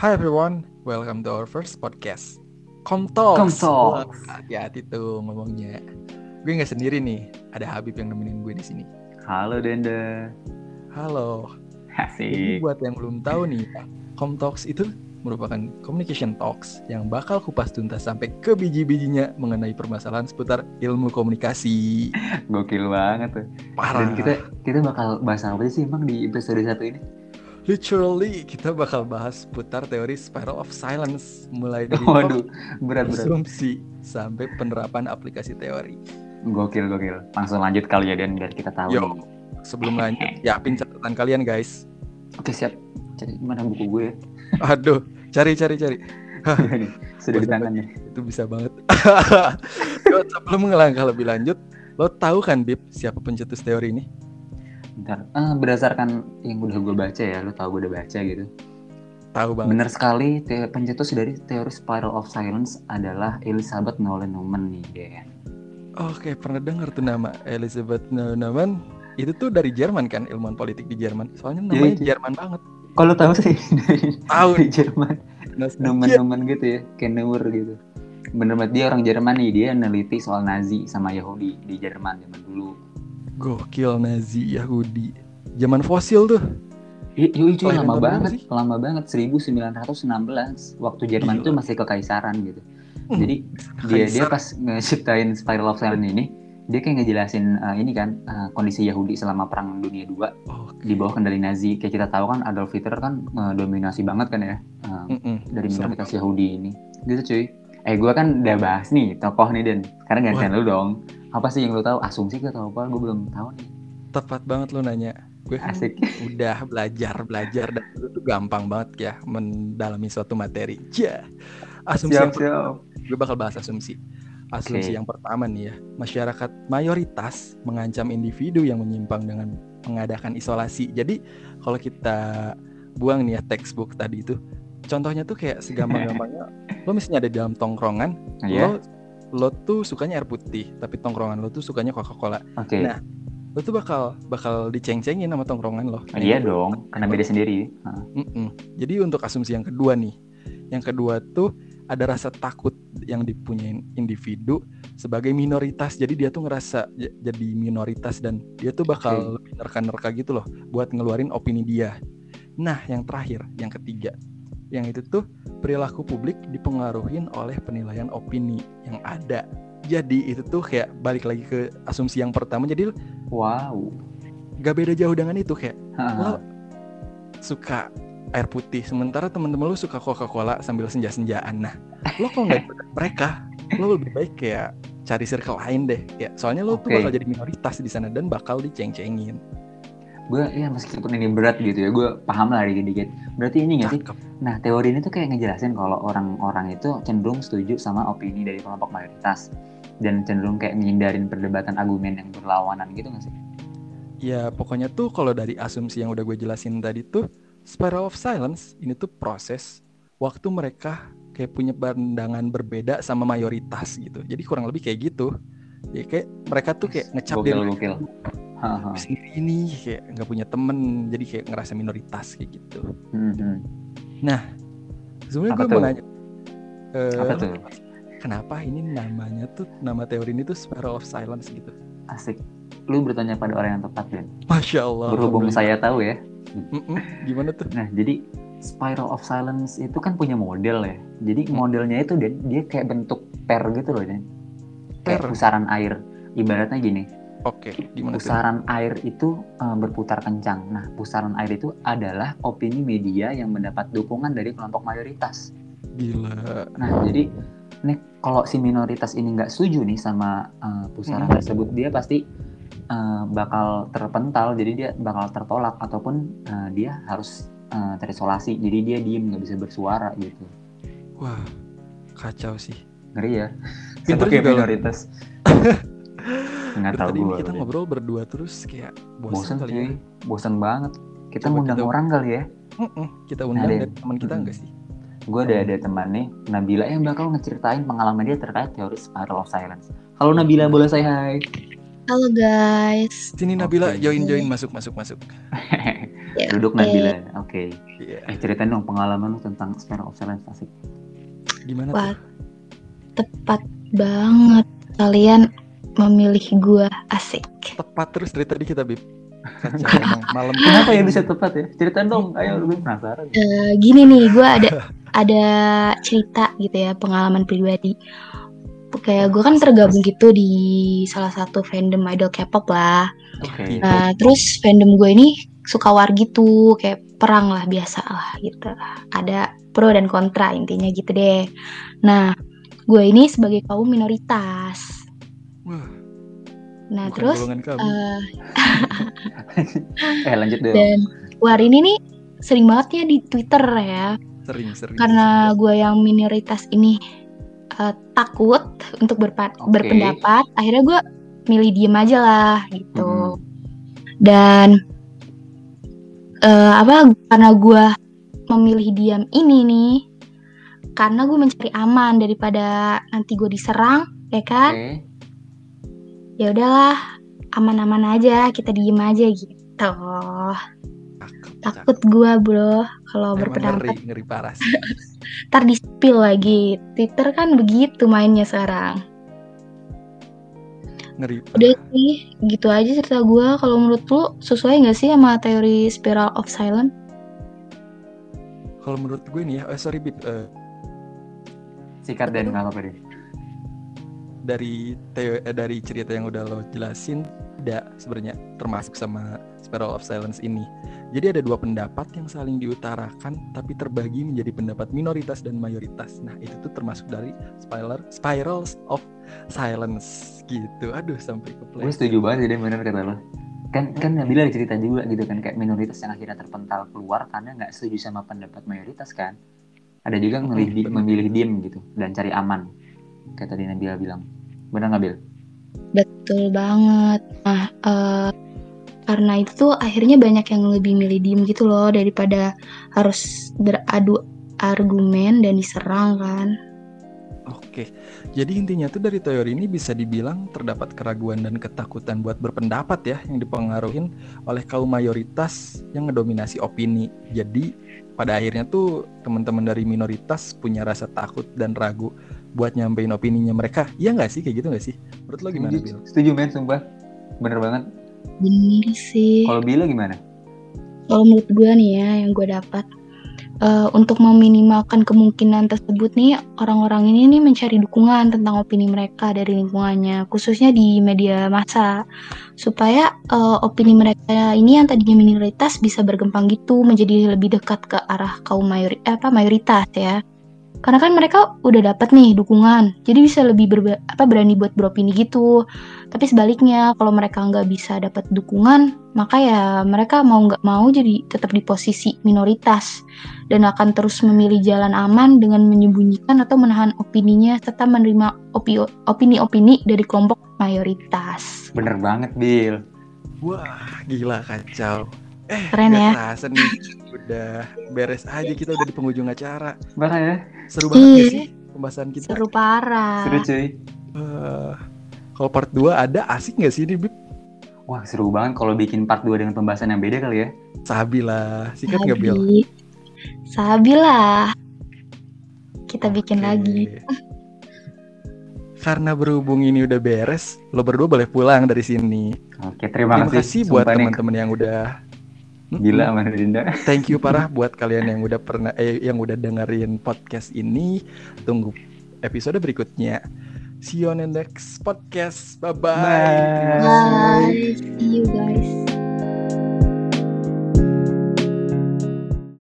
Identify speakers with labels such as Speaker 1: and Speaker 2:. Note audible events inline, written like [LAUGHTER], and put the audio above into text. Speaker 1: Hi everyone, welcome to our first podcast. Komtalks. Wah,
Speaker 2: Komtalks.
Speaker 1: Hati-hati tuh ngomongnya. Gue nggak sendiri nih, ada Habib yang nemenin gue di sini.
Speaker 2: Halo Dende.
Speaker 1: Halo. Jadi
Speaker 2: Asik.
Speaker 1: buat yang belum tahu nih, Komtalks itu merupakan communication talks yang bakal kupas tuntas sampai ke biji-bijinya mengenai permasalahan seputar ilmu komunikasi.
Speaker 2: Gokil banget tuh.
Speaker 1: Parah.
Speaker 2: Dan kita kita bakal bahas apa sih emang di episode satu ini?
Speaker 1: Literally kita bakal bahas seputar teori spiral of silence mulai [LAUGHS] dari
Speaker 2: Waduh, berat berat.
Speaker 1: konsumsi sampai penerapan aplikasi teori.
Speaker 2: Gokil gokil. Langsung lanjut kali ya Den biar kita tahu.
Speaker 1: Yo, sebelum
Speaker 2: [LAUGHS]
Speaker 1: lanjut, yapin catatan kalian guys. [LAUGHS]
Speaker 2: Oke siap. Cari mana buku gue ya?
Speaker 1: Aduh, cari cari cari.
Speaker 2: Iya nih,
Speaker 1: Buat
Speaker 2: Sudah di tangan ya. nih.
Speaker 1: Itu bisa banget. [LAUGHS] Yo, sebelum ngelangkah lebih lanjut, lo tahu kan Bib siapa pencetus teori ini?
Speaker 2: Bentar. Ah, berdasarkan yang udah gue baca ya, lu tahu gue udah baca gitu.
Speaker 1: Tahu banget.
Speaker 2: Bener sekali, te- pencetus dari teori spiral of silence adalah Elizabeth Nolan Newman nih, ya. Den.
Speaker 1: Oke, pernah dengar tuh nama Elizabeth Neumann. Itu tuh dari Jerman kan, ilmuwan politik di Jerman. Soalnya
Speaker 2: Iya,
Speaker 1: namanya
Speaker 2: itu.
Speaker 1: Jerman banget.
Speaker 2: Kalau tahu sih [LAUGHS] dari,
Speaker 1: Tahu.
Speaker 2: [LAUGHS] dari Jerman.
Speaker 1: Nah, iya,
Speaker 2: Nemen-nemen gitu ya, kayak Neuer gitu. Bener banget dia orang Jerman nih, dia neliti soal Nazi sama Yahudi di Jerman zaman dulu.
Speaker 1: Gokil Nazi Yahudi. Zaman fosil tuh.
Speaker 2: I- Yoi
Speaker 1: Oh,
Speaker 2: cuy,
Speaker 1: tahun
Speaker 2: lama
Speaker 1: berapa
Speaker 2: banget,
Speaker 1: sih?
Speaker 2: lama banget 1916 waktu Jerman
Speaker 1: Gila.
Speaker 2: tuh masih kekaisaran gitu.
Speaker 1: Hmm,
Speaker 2: Jadi dia kan dia pas ngeciptain Spiral of Silence ini, dia kayak ngejelasin eh, ini kan eh, kondisi Yahudi selama Perang Dunia II
Speaker 1: Oke.
Speaker 2: di bawah kendali Nazi. Kayak kita tahu kan Adolf Hitler kan eh, dominasi banget kan ya eh,
Speaker 1: Mm-mm.
Speaker 2: dari
Speaker 1: Serem.
Speaker 2: minoritas Yahudi ini gitu cuy eh gue kan udah bahas nih tokoh nih dan karena gantian lu dong apa sih yang lu tahu asumsi gak atau apa gue belum tahu nih
Speaker 1: Tepat banget lo nanya. Gue kan
Speaker 2: asik
Speaker 1: udah belajar belajar dan itu tuh gampang banget ya mendalami suatu materi. Ya. Asumsi
Speaker 2: siap
Speaker 1: yang per-
Speaker 2: siap
Speaker 1: gue bakal bahas asumsi. Asumsi
Speaker 2: Oke.
Speaker 1: yang pertama nih ya, masyarakat mayoritas mengancam individu yang menyimpang dengan mengadakan isolasi. Jadi kalau kita buang nih ya textbook tadi itu, contohnya tuh kayak
Speaker 2: [LAUGHS]
Speaker 1: segampang-gampangnya lo misalnya ada dalam tongkrongan,
Speaker 2: Nah, ya
Speaker 1: lo lo tuh sukanya air putih, tapi tongkrongan lo tuh sukanya Coca-Cola.
Speaker 2: oke
Speaker 1: Nah, Lo tuh bakal bakal diceng-cengin sama tongkrongan lo.
Speaker 2: Nah, iya dong karena beda sendiri Hah.
Speaker 1: Mm-mm. Jadi untuk asumsi yang kedua nih, yang kedua tuh ada rasa takut yang dipunyain individu sebagai minoritas. Jadi dia tuh ngerasa j- jadi minoritas dan dia tuh bakal lebih nerka-nerka gitu loh buat ngeluarin opini dia. Nah, yang terakhir, yang ketiga, yang itu tuh perilaku publik dipengaruhin oleh penilaian opini yang ada. Jadi itu tuh kayak balik lagi ke asumsi yang pertama. Jadi
Speaker 2: wow
Speaker 1: gak beda jauh dengan itu kayak
Speaker 2: Hah.
Speaker 1: lo suka air putih sementara teman-teman lu suka Coca-Cola sambil senja-senjaan nah lo kok nggak ikut [LAUGHS] mereka lo lebih baik kayak cari circle lain deh ya soalnya lo tuh
Speaker 2: Oke.
Speaker 1: bakal jadi minoritas di sana dan bakal diceng-cengin
Speaker 2: gue ya meskipun ini berat gitu ya gue paham lah dikit-dikit berarti ini nggak sih
Speaker 1: cakep
Speaker 2: nah teori ini tuh kayak ngejelasin kalau orang-orang itu cenderung setuju sama opini dari kelompok mayoritas dan cenderung kayak menghindarin perdebatan argumen yang berlawanan gitu nggak sih
Speaker 1: ya pokoknya tuh kalau dari asumsi yang udah gue jelasin tadi tuh spiral of silence ini tuh proses waktu mereka kayak punya pandangan berbeda sama mayoritas gitu jadi kurang lebih kayak gitu ya kayak mereka tuh kayak ngecap
Speaker 2: gokil
Speaker 1: diri
Speaker 2: gokil Haha.
Speaker 1: sendiri ini kayak nggak punya temen jadi kayak ngerasa minoritas kayak gitu
Speaker 2: Hmm, hmm.
Speaker 1: sebenarnya
Speaker 2: Apa
Speaker 1: gue mau
Speaker 2: tuh?
Speaker 1: nanya eh,
Speaker 2: Apa tuh?
Speaker 1: kenapa ini namanya tuh nama teori ini tuh spiral of silence gitu
Speaker 2: Asik. Lu bertanya pada orang yang tepat, Ben.
Speaker 1: masya allah
Speaker 2: Berhubung
Speaker 1: Alhamdulillah.
Speaker 2: saya tahu ya.
Speaker 1: Mm-mm, gimana tuh
Speaker 2: Nah, jadi Spiral of Silence itu kan punya model ya.
Speaker 1: Hmm.
Speaker 2: Jadi modelnya itu dia, dia kayak bentuk per gitu loh, Den. Kayak
Speaker 1: Per?
Speaker 2: pusaran air. Ibaratnya gini,
Speaker 1: oke gimana tuh
Speaker 2: pusaran air itu eh, berputar kencang. Nah, pusaran air itu adalah opini media yang mendapat dukungan dari kelompok mayoritas.
Speaker 1: gila
Speaker 2: Nah, jadi ini kalau si minoritas ini nggak setuju nih sama uh, pusaran
Speaker 1: Mm.
Speaker 2: tersebut, dia pasti uh, bakal terpental, jadi dia bakal tertolak ataupun uh, dia harus uh, terisolasi, jadi dia diem nggak bisa bersuara gitu.
Speaker 1: wah kacau sih
Speaker 2: Ngeri ya.
Speaker 1: Pinter
Speaker 2: Sebagai
Speaker 1: juga lo. [LAUGHS]
Speaker 2: minoritas. nggak
Speaker 1: Dari
Speaker 2: tahu
Speaker 1: tadi ini
Speaker 2: gue.
Speaker 1: kita ngobrol berdua terus kayak
Speaker 2: Bosan
Speaker 1: bosan kali ya
Speaker 2: cuy, bosan banget. Kita
Speaker 1: Coba
Speaker 2: ngundang
Speaker 1: kita-
Speaker 2: orang kali ya.
Speaker 1: Mm-mm, kita undang
Speaker 2: Ada.
Speaker 1: dari teman kita
Speaker 2: Mm-mm.
Speaker 1: enggak sih
Speaker 2: Gue
Speaker 1: Iya.
Speaker 2: ada ada teman nih, Nabila yang bakal ngeceritain pengalaman dia terkait teori spiral of silence. Halo Nabila, boleh saya hai.
Speaker 3: Halo guys,
Speaker 1: sini Nabila
Speaker 2: Oke.
Speaker 1: join join masuk masuk masuk
Speaker 2: [LAUGHS]
Speaker 3: Ya,
Speaker 2: Duduk
Speaker 3: oke.
Speaker 2: Nabila. Oke.
Speaker 1: Iya.
Speaker 2: Eh ceritain dong pengalaman lu tentang sphere of silence asik.
Speaker 1: Gimana
Speaker 3: Wah,
Speaker 1: tuh?
Speaker 3: tepat banget kalian memilih gua asik.
Speaker 1: Tepat terus dari tadi kita bib. Kacau emang. malam.
Speaker 2: Kenapa ya bisa tepat ya? Ceritain dong. Ayo gue penasaran.
Speaker 3: Eh, gini nih, gue ada
Speaker 1: [LAUGHS]
Speaker 3: ada cerita gitu ya pengalaman pribadi. Kayak gue kan tergabung gitu di salah satu fandom idol K-pop lah.
Speaker 2: Oke.
Speaker 3: Nah, terus fandom gue ini suka war gitu, kayak perang lah biasa lah gitu. Ada pro dan kontra intinya gitu deh. Nah, gue ini sebagai kaum minoritas.
Speaker 1: Wah,
Speaker 3: Nah,
Speaker 1: bukan
Speaker 3: terus
Speaker 1: golongan kami.
Speaker 3: eh,
Speaker 2: eh lanjut dong.
Speaker 3: dan war ini nih sering banget ya di Twitter ya.
Speaker 1: sering sering.
Speaker 3: karena gue yang minoritas ini eh, takut untuk berpa-
Speaker 2: Oke.
Speaker 3: berpendapat akhirnya gue milih diem aja lah gitu
Speaker 2: Mm-mm.
Speaker 3: dan eh, apa karena gue memilih diam ini nih karena gue mencari aman daripada nanti gue diserang ya kan
Speaker 2: Oke.
Speaker 3: ya udahlah aman-aman aja kita diem aja gitu
Speaker 1: Cakep, cakep.
Speaker 3: takut gue bro kalau
Speaker 1: Emang
Speaker 3: berpendapat
Speaker 1: ngeri, ngeri parah
Speaker 3: [LAUGHS]
Speaker 1: sih.
Speaker 3: ntar di spill lagi Twitter kan begitu mainnya sekarang
Speaker 1: Ngeri.
Speaker 3: udah
Speaker 1: parah.
Speaker 3: sih gitu aja cerita gue kalau menurut lu sesuai nggak sih sama teori spiral of silence
Speaker 1: Kalau menurut gue nih ya, eh, sorry bib, Eh,
Speaker 2: Sikat dan nggak apa-apa deh.
Speaker 1: dari teo- eh, dari cerita yang udah lo jelasin tidak sebenarnya termasuk sama Spiral of Silence ini. Jadi ada dua pendapat yang saling diutarakan tapi terbagi menjadi pendapat minoritas dan mayoritas. Nah, itu tuh termasuk dari Spiral Spirals of Silence gitu. Aduh, sampai ke
Speaker 2: Gue setuju banget jadi bener kata lo. Kan kan Nabila ada cerita juga gitu kan kayak minoritas yang akhirnya terpental keluar karena nggak setuju sama pendapat mayoritas kan. Ada juga yang memilih,
Speaker 1: bener.
Speaker 2: memilih diem gitu dan cari aman. Kayak tadi Nabila bilang. Bener nggak Bil?
Speaker 3: betul banget nah eh, karena itu tuh akhirnya banyak yang lebih milih diem gitu loh daripada harus beradu argumen dan diserang kan
Speaker 1: Oke, jadi intinya tuh dari teori ini bisa dibilang terdapat keraguan dan ketakutan buat berpendapat ya yang dipengaruhin oleh kaum mayoritas yang ngedominasi opini. Jadi pada akhirnya tuh teman-teman dari minoritas punya rasa takut dan ragu buat nyampein opininya mereka. Iya nggak sih kayak gitu nggak sih? Menurut lo gimana
Speaker 2: Setuju,
Speaker 1: Bill?
Speaker 2: setuju men sumpah. Bener banget.
Speaker 3: bener sih
Speaker 2: Kalau Bila gimana?
Speaker 3: kalau menurut gue nih ya yang gue dapat eh, untuk meminimalkan kemungkinan tersebut nih orang-orang ini nih mencari dukungan tentang opini mereka dari lingkungannya khususnya di media massa supaya eh, opini mereka ini yang tadinya minoritas bisa bergempang gitu menjadi lebih dekat ke arah kaum mayori- eh, apa mayoritas ya karena kan mereka udah dapat nih dukungan jadi bisa lebih berbe- apa berani buat beropini gitu tapi sebaliknya kalau mereka nggak bisa dapat dukungan maka ya mereka mau nggak mau jadi tetap di posisi minoritas dan akan terus memilih jalan aman dengan menyembunyikan atau menahan opininya serta menerima opi- opini-opini dari kelompok mayoritas
Speaker 2: Bener banget Bil.
Speaker 1: Wah gila kacau. Eh,
Speaker 3: Keren
Speaker 1: nggak
Speaker 3: ya.
Speaker 1: kerasa nih udah beres aja kita udah di penghujung acara.
Speaker 2: Bahkan ya.
Speaker 1: Seru banget nggak
Speaker 3: Iya.
Speaker 1: sih pembahasan kita.
Speaker 3: seru parah
Speaker 1: Ah.
Speaker 2: Seru cuy.
Speaker 1: Eh, kalau part 2 ada asik nggak sih ini Bib?
Speaker 2: Wah seru banget kalau bikin part 2 dengan pembahasan yang beda kali ya.
Speaker 1: Sabi lah, sikat nggak Bill?
Speaker 3: Sabi. Sabi lah kita bikin
Speaker 1: Oke.
Speaker 3: lagi
Speaker 1: Karena berhubung ini udah beres, lo berdua boleh pulang dari sini.
Speaker 2: Oke terima,
Speaker 1: Terima kasih buat
Speaker 2: Sumpah nih,
Speaker 1: teman-teman yang udah
Speaker 2: Gila sama Dinda.
Speaker 1: Thank you
Speaker 2: [LAUGHS]
Speaker 1: parah buat kalian yang udah pernah eh, yang udah dengerin podcast ini. Tunggu episode berikutnya. See you on the next podcast. Bye-bye. Terima kasih.
Speaker 2: Bye.
Speaker 3: bye see you guys